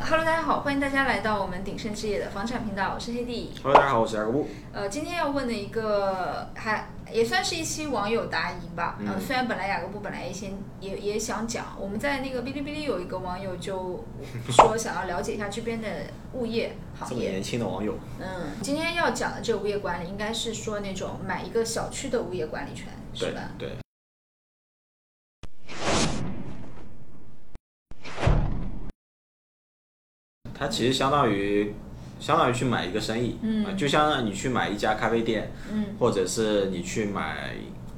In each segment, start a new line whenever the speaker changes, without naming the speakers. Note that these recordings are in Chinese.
Hello，大家好，欢迎大家来到我们鼎盛置业的房产频道，我是黑弟。
Hello，大家好，我是雅各布。
呃，今天要问的一个还也算是一期网友答疑吧。呃，
嗯
虽然本来雅各布本来也先也也想讲，我们在那个哔哩哔哩有一个网友就说想要了解一下这边的物业行
这么
业。
年轻的网友，
嗯，今天要讲的这个物业管理，应该是说那种买一个小区的物业管理权，是
对
吧？
对，它其实相当于相当于去买一个生意，
嗯
啊就像你去买一家咖啡店，
嗯
或者是你去买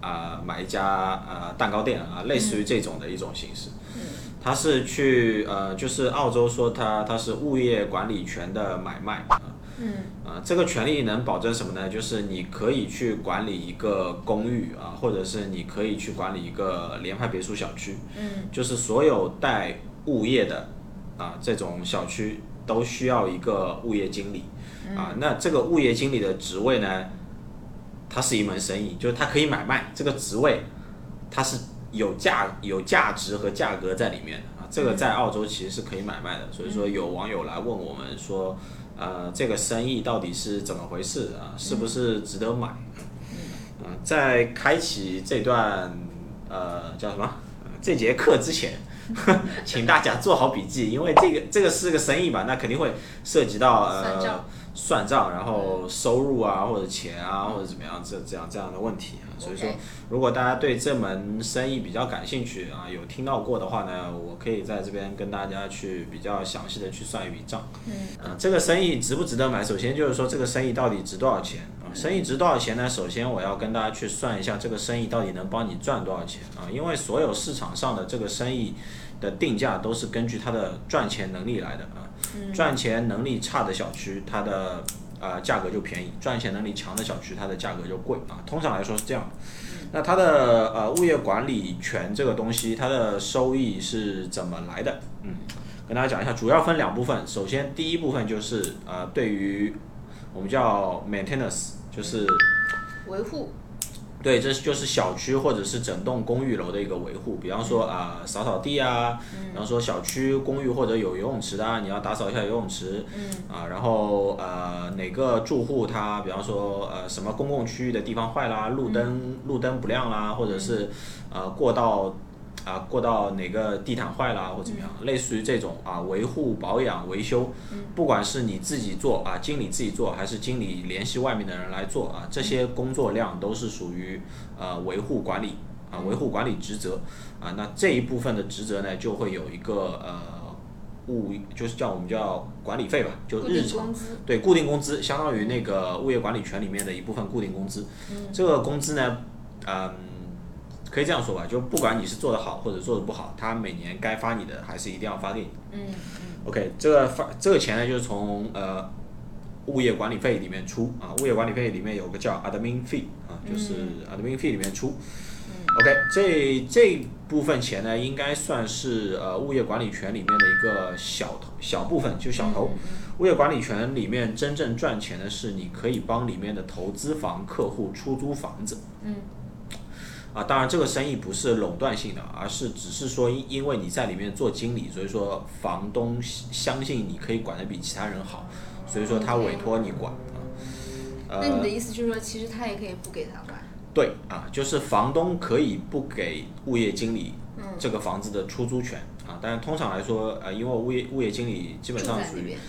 啊、买一家啊、蛋糕店啊，类似于这种的一种形式。
嗯
它是去呃，就是澳洲说它它是物业管理权的买卖啊、
嗯
呃，这个权利能保证什么呢？就是你可以去管理一个公寓啊，或者是你可以去管理一个联排别墅小区，
嗯
就是所有带物业的啊这种小区都需要一个物业经理啊。那这个物业经理的职位呢，它是一门生意，就是它可以买卖，这个职位它是有价有价值和价格在里面的啊。这个在澳洲其实是可以买卖的，所以说有网友来问我们说。呃，这个生意到底是怎么回事啊？是不是值得买？嗯、在开启这段呃叫什么呃这节课之前，请大家做好笔记，因为这个这个是个生意嘛，那肯定会涉及到呃
算账
算账然后收入啊或者钱啊或者怎么样这这样这样的问题啊。所以说
OK
如果大家对这门生意比较感兴趣啊，有听到过的话呢，我可以在这边跟大家去比较详细的去算一笔账。
嗯
啊，这个生意值不值得买？首先就是说这个生意到底值多少钱啊？生意值多少钱呢？首先我要跟大家去算一下这个生意到底能帮你赚多少钱啊？因为所有市场上的这个生意的定价都是根据它的赚钱能力来的啊。赚钱能力差的小区，它的呃价格就便宜；赚钱能力强的小区，它的价格就贵啊。通常来说是这样的。那它的呃物业管理权这个东西，它的收益是怎么来的？嗯，跟大家讲一下，主要分两部分。首先，第一部分就是呃，对于我们叫 maintenance，就是
维护
对，这是就是小区或者是整栋公寓楼的一个维护，比方说啊、扫扫地啊，然后说小区公寓或者有游泳池的、啊，你要打扫一下游泳池，啊，然后呃哪个住户他，比方说呃什么公共区域的地方坏啦，路灯路灯不亮啦，或者是呃过道。啊，过道哪个地毯坏啊啦，或怎么样，类似于这种啊，维护、保养、维修，不管是你自己做啊，经理自己做，还是经理联系外面的人来做啊，这些工作量都是属于呃维护管理啊，维护管理职责啊。那这一部分的职责呢，就会有一个呃物，就是叫我们叫管理费吧，就
固
日
定
常
工资，
对固定工资，相当于那个物业管理权里面的一部分固定工资。
嗯
这个工资呢，嗯，可以这样说吧，就不管你是做得好或者做得不好，他每年该发你的还是一定要发给你。
嗯
OK，这个发这个钱呢，就是从呃物业管理费里面出啊，物业管理费里面有个叫 admin fee 啊，就是
嗯
admin fee 里面出。OK，这这部分钱呢，应该算是呃物业管理权里面的一个小头小部分，就小头。
嗯
物业管理权里面真正赚钱的是，你可以帮里面的投资房客户出租房子。
嗯。
啊，当然这个生意不是垄断性的，而是只是说因因为你在里面做经理，所以说房东相信你可以管得比其他人好，所以说他委托你管啊。呃
那你的意思就是说，其实他也可以不给他管？
对啊，就是房东可以不给物业经理
嗯
这个房子的出租权啊，但是通常来说，呃，因为物业物业经理基
住
本
在
上属
那
于
边，嗯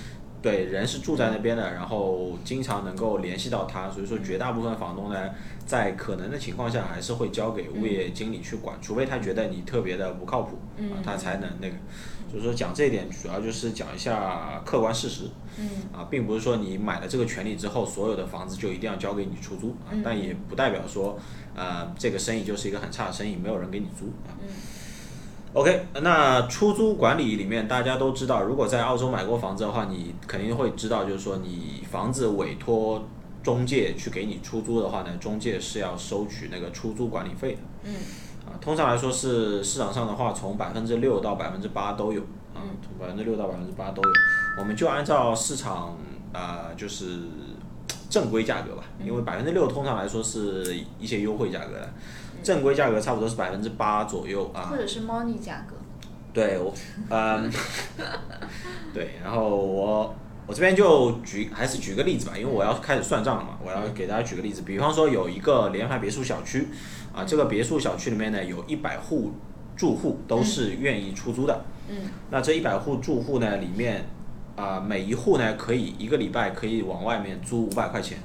对人是住在那边的，然后经常能够联系到他，所以说绝大部分房东呢，在可能的情况下还是会交
嗯
给物业经理去管，除非他觉得你特别的不靠谱
嗯
啊，他才能那个。所以说讲这一点，主要就是讲一下客观事实。
嗯
啊，并不是说你买了这个权利之后，所有的房子就一定要交给你出租啊，但也不代表说，呃，这个生意就是一个很差的生意，没有人给你租啊。OK，那出租管理里面大家都知道，如果在澳洲买过房子的话，你肯定会知道，就是说你房子委托中介去给你出租的话呢，中介是要收取那个出租管理费的。
嗯
啊，通常来说是市场上的话，从百分之六到百分之八都有啊，从百分之六到百分之八都有。我们就按照市场啊、呃就是正规价格吧，因为百分之六通常来说是一些优惠价格的，正规价格差不多是百分之八左右啊
嗯或。者是 money 价格，
对我，嗯， 对，然后我我这边就举还是举个例子吧，因为我要开始算账了嘛，我要给大家举个例子，比方说有一个联排别墅小区，啊，这个别墅小区里面呢有一百户住户都是愿意出租的，
嗯
那这一百户住户呢里面，啊、每一户呢可以一个礼拜可以往外面租五百块钱，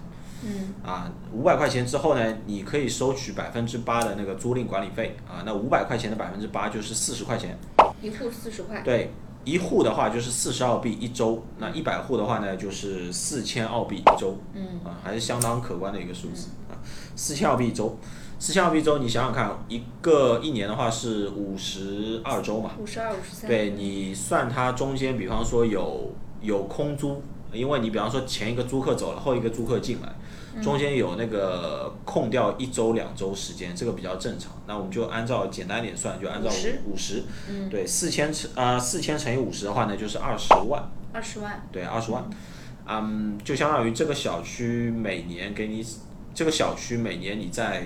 嗯
啊，五百块钱之后呢，你可以收取百分之八的那个租赁管理费啊，那五百块钱的百分之八就是四十块钱，
一户四十块，
对，一户的话就是四十澳币一周，那一百户的话呢就是四千澳币一周，
嗯
啊，还是相当可观的一个数字啊，四千澳币一周，四千澳币一周，你想想看，一个一年的话是五十二周嘛，
五十二、五十三，
对你算它中间，比方说有有空租，因为你比方说前一个租客走了，后一个租客进来，中间有那个空掉一周两周时间，这个比较正常。那我们就按照简单点算，就按照
50
五十
嗯，
对，四千乘啊四千乘以五十的话呢，就是二十万，
二十万，
对，二十万，嗯，就相当于这个小区每年给你这个小区每年你在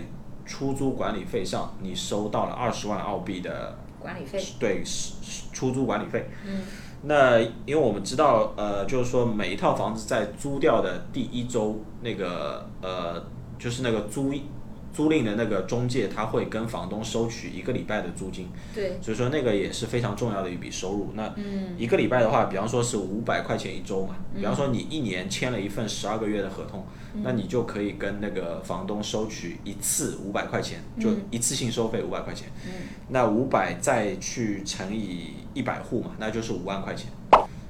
出租管理费上，你收到了二十万澳币的
管理费，
对是是出租管理费。
嗯
那因为我们知道，呃，就是说每一套房子在租掉的第一周，那个呃，就是那个租租赁的那个中介，他会跟房东收取一个礼拜的租金，
对，
所以说那个也是非常重要的一笔收入。那
嗯
一个礼拜的话，比方说是五百块钱一周嘛，比方说你一年签了一份十二个月的合同，
嗯
那你就可以跟那个房东收取一次五百块钱，就一次性收费五百块钱。
嗯
那五百再去乘以一百户嘛，那就是五万块钱。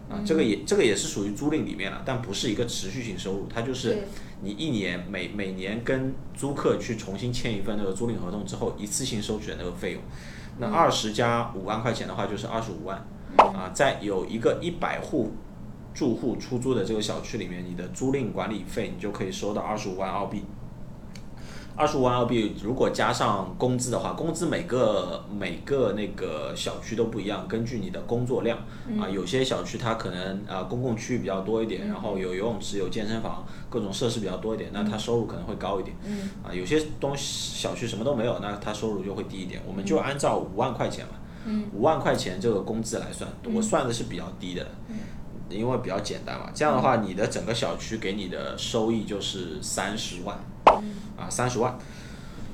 啊，这个也这个也是属于租赁里面了，但不是一个持续性收入，它就是
对
你一年每每年跟租客去重新签一份那个租赁合同之后，一次性收取的那个费用。那二十加五万块钱的话，就是二十五万。啊，在有一个一百户住户出租的这个小区里面，你的租赁管理费你就可以收到二十五万澳币。二十五万澳币，如果加上工资的话，工资每个每个那个小区都不一样，根据你的工作量、啊，有些小区它可能啊、公共区域比较多一点，然后有游泳池、有健身房，各种设施比较多一点，那它收入可能会高一点。
嗯
啊，有些东西小区什么都没有，那它收入就会低一点。我们就按照五万块钱嘛，
嗯
五万块钱这个工资来算，我算的是比较低的，因为比较简单嘛。这样的话，你的整个小区给你的收益就是三十万，啊，三十万。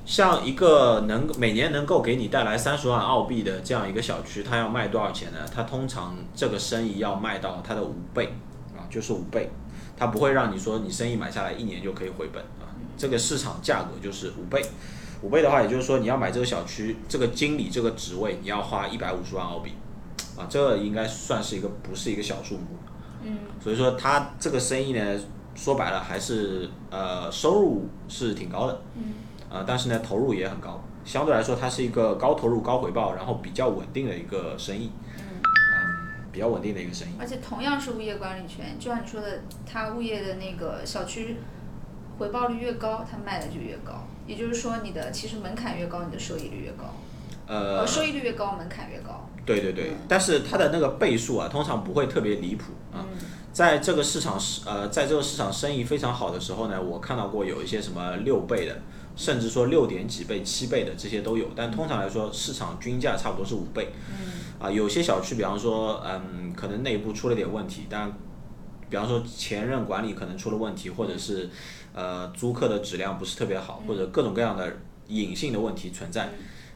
像一个能每年能够给你带来三十万澳币的这样一个小区，它要卖多少钱呢？它通常这个生意要卖到它的五倍啊，就是五倍。它不会让你说你生意买下来一年就可以回本啊，
嗯
这个市场价格就是五倍。五倍的话，也就是说你要买这个小区这个经理这个职位，你要花一百五十万澳币，啊，这应该算是一个不是一个小数目。
嗯
所以说他这个生意呢，说白了还是呃收入是挺高的，
嗯，
啊，但是呢投入也很高，相对来说它是一个高投入高回报，然后比较稳定的一个生意，
嗯，
嗯，比较稳定的一个生意。
而且同样是物业管理权，就像你说的，它物业的那个小区回报率越高，它卖的就越高。也就是说，你的其实门槛越高，你的收益率越高。哦
呃，
收益率越高，门槛越高。
对对对，但是它的那个倍数啊，通常不会特别离谱啊。在这个市场是呃，在这个市场生意非常好的时候呢，我看到过有一些什么六倍的，甚至说六点几倍、七倍的这些都有，但通常来说，市场均价差不多是五倍。啊，有些小区，比方说，嗯，可能内部出了点问题，但比方说前任管理可能出了问题，或者是呃租客的质量不是特别好，或者各种各样的隐性的问题存在，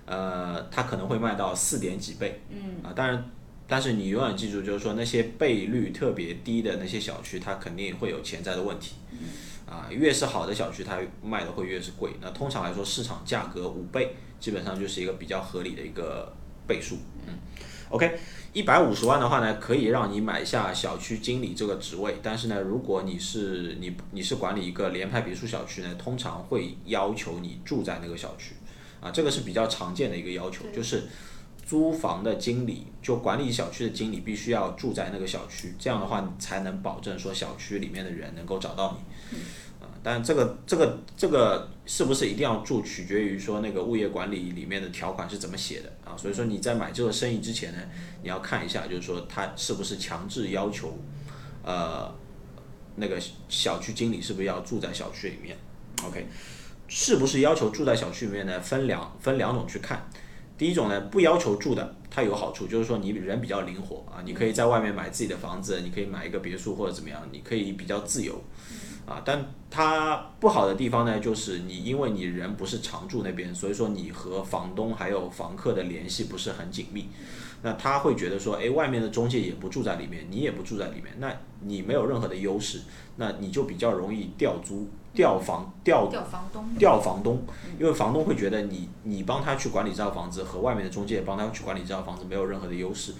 呃，它可能会卖到四点几倍，
嗯
啊，当然。但是你永远记住，就是说那些倍率特别低的那些小区，它肯定会有潜在的问题。啊，越是好的小区，它卖的会越是贵。那通常来说，市场价格五倍，基本上就是一个比较合理的一个倍数。嗯，OK，一百五十万的话呢，可以让你买下小区经理这个职位。但是呢，如果你是你你是管理一个联排别墅小区呢，通常会要求你住在那个小区。啊，这个是比较常见的一个要求，就是租房的经理，就管理小区的经理必须要住在那个小区，这样的话你才能保证说小区里面的人能够找到你。啊，但这个这个这个是不是一定要住，取决于说那个物业管理里面的条款是怎么写的啊。所以说你在买这个生意之前呢，你要看一下，就是说他是不是强制要求，呃，那个小区经理是不是要住在小区里面？OK，是不是要求住在小区里面呢？分两分两种去看。第一种呢，不要求住的，它有好处，就是说你人比较灵活啊，你可以在外面买自己的房子，你可以买一个别墅或者怎么样，你可以比较自由，啊，但它不好的地方呢，就是你因为你人不是常住那边，所以说你和房东还有房客的联系不是很紧密，那他会觉得说，哎，外面的中介也不住在里面，你也不住在里面，那你没有任何的优势，那你就比较容易调租、调房、调
调房东。
调房东，因为房东会觉得你你帮他去管理这套房子和外面的中介帮他去管理这套房子没有任何的优势。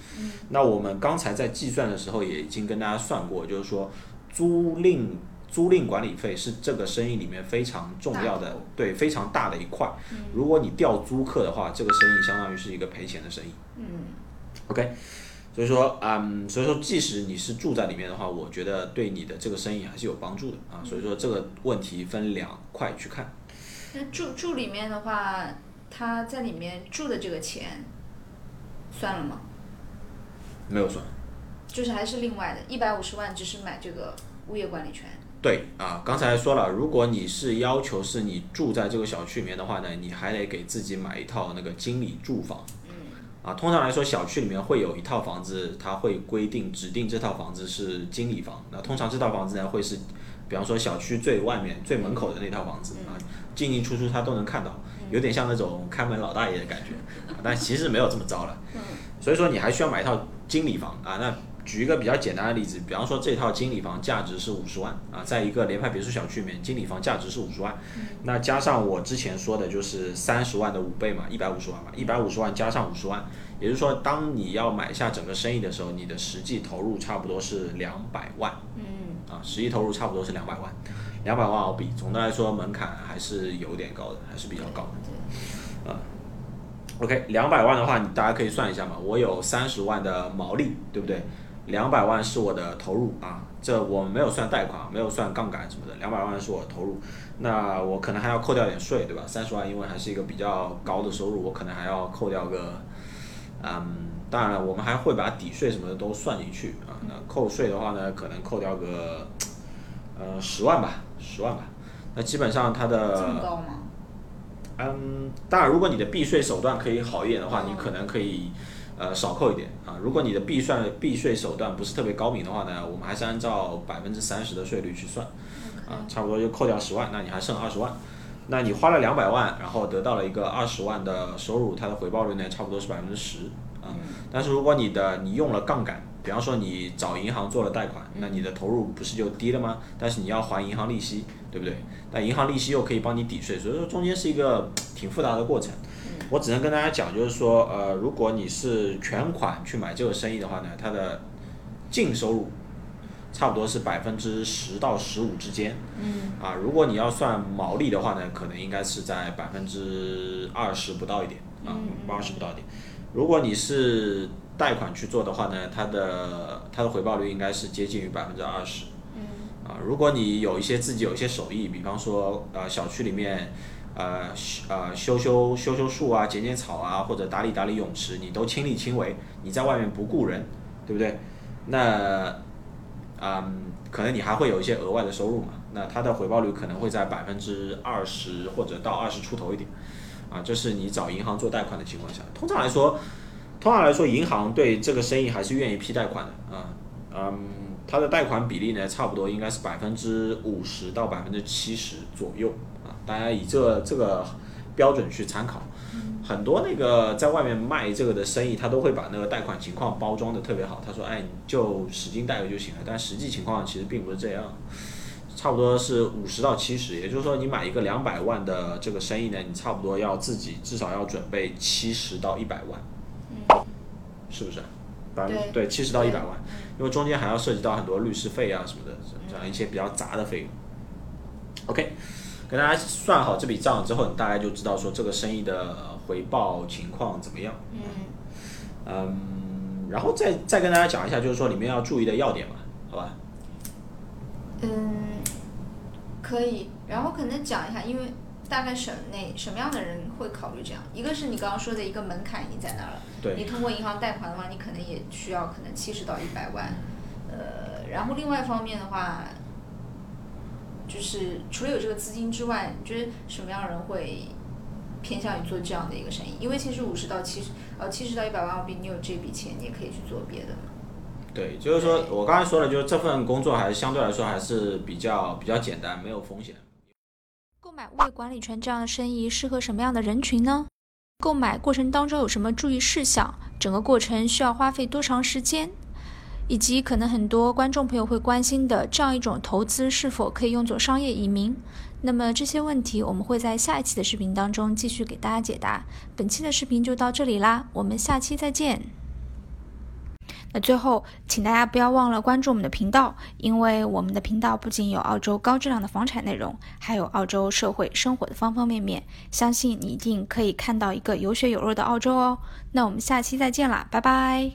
那我们刚才在计算的时候也已经跟大家算过，就是说租赁租赁管理费是这个生意里面非常重要
大
的
头，
对非常大的一块。如果你调租客的话，这个生意相当于是一个赔钱的生意。OK，所以说，嗯，所以说，即使你是住在里面的话，我觉得对你的这个生意还是有帮助的啊。所以说，这个问题分两块去看。
那住住里面的话，他在里面住的这个钱，算了吗？
没有算。
就是还是另外的，一百五十万只是买这个物业管理权。
对啊，刚才说了，如果你是要求是你住在这个小区里面的话呢，你还得给自己买一套那个经理住房。啊，通常来说，小区里面会有一套房子，它会规定指定这套房子是经理房。那通常这套房子呢，会是，比方说小区最外面、最门口的那套房子啊，进进出出他都能看到，有点像那种看门老大爷的感觉，啊但其实没有这么糟了。所以说你还需要买一套经理房啊。那举一个比较简单的例子，比方说这套经理房价值是五十万啊，在一个联排别墅小区里面，经理房价值是五十万，那加上我之前说的就是三十万的五倍嘛，一百五十万嘛，一百五十万加上五十万，也就是说，当你要买下整个生意的时候，你的实际投入差不多是两百万，嗯，啊，实际投入差不多是两百万，两百万澳币，总的来说门槛还是有点高的，还是比较高的。
对，
OK，两百万的话，你大家可以算一下嘛，我有三十万的毛利，对不对？两百万是我的投入啊，这我没有算贷款，没有算杠杆什么的，两百万是我的投入，那我可能还要扣掉点税，对吧？三十万因为还是一个比较高的收入，我可能还要扣掉个，嗯，当然了，我们还会把抵税什么的都算进去啊。那扣税的话呢，可能扣掉个，呃，十万吧，十万吧。那基本上它的
这么高吗？
嗯，当然，如果你的避税手段可以好一点的话，
嗯
你可能可以呃少扣一点啊。如果你的避税避税手段不是特别高明的话呢，我们还是按照百分之三十的税率去算啊，差不多就扣掉十万，那你还剩二十万。那你花了两百万，然后得到了一个二十万的收入，它的回报率呢，差不多是百分之十啊。但是如果你的你用了杠杆，比方说你找银行做了贷款，那你的投入不是就低了吗？但是你要还银行利息，对不对？但银行利息又可以帮你抵税，所以说中间是一个挺复杂的过程。我只能跟大家讲，就是说，呃，如果你是全款去买这个生意的话呢，它的净收入差不多是百分之十到十五之间。嗯。啊，如果你要算毛利的话呢，可能应该是在百分之二十不到一点啊，二十不到一点。如果你是贷款去做的话呢，它的它的回报率应该是接近于百分之二十。啊，如果你有一些自己有一些手艺，比方说呃小区里面，呃修呃修修修修树啊、剪剪草啊，或者打理打理泳池，你都亲力亲为，你在外面不雇人，对不对？那，嗯，可能你还会有一些额外的收入嘛，那它的回报率可能会在百分之二十或者到二十出头一点，啊，这是你找银行做贷款的情况下，通常来说，通常来说银行对这个生意还是愿意批贷款的啊，嗯，它的贷款比例呢，差不多应该是百分之五十到百分之七十左右啊，大家以这这个标准去参考。很多那个在外面卖这个的生意，他都会把那个贷款情况包装的特别好。他说：“哎，你就使劲贷个就行了。”但实际情况其实并不是这样，差不多是五十到七十。也就是说，你买一个两百万的这个生意呢，你差不多要自己至少要准备七十到一百万，是不是？百分之对七十到一百万，因为中间还要涉及到很多律师费啊什么的，这样一些比较杂的费用。OK，跟大家算好这笔账之后，你大概就知道说这个生意的回报情况怎么样。嗯。然后再再跟大家讲一下，就是说里面要注意的要点嘛，好吧？
嗯，可以。然后可能讲一下，因为大概什哪什么样的人会考虑这样？一个是你刚刚说的一个门槛已经在那儿了，
对
你通过银行贷款的话，你可能也需要可能七十到一百万。呃，然后另外一方面的话，就是除了有这个资金之外，你觉得什么样的人会偏向于做这样的一个生意，因为其实五十到七十，呃，七十到一百万澳币，你有这笔钱，你也可以去做别的嘛。
对，就是说我刚才说了，就是这份工作还是相对来说还是比较比较简单，没有风险。
购买物业管理权这样的生意适合什么样的人群呢？购买过程当中有什么注意事项？整个过程需要花费多长时间？以及可能很多观众朋友会关心的，这样一种投资是否可以用作商业移民？那么这些问题我们会在下一期的视频当中继续给大家解答。本期的视频就到这里啦，我们下期再见。那最后，请大家不要忘了关注我们的频道，因为我们的频道不仅有澳洲高质量的房产内容，还有澳洲社会生活的方方面面。相信你一定可以看到一个有血有肉的澳洲哦。那我们下期再见啦，拜拜。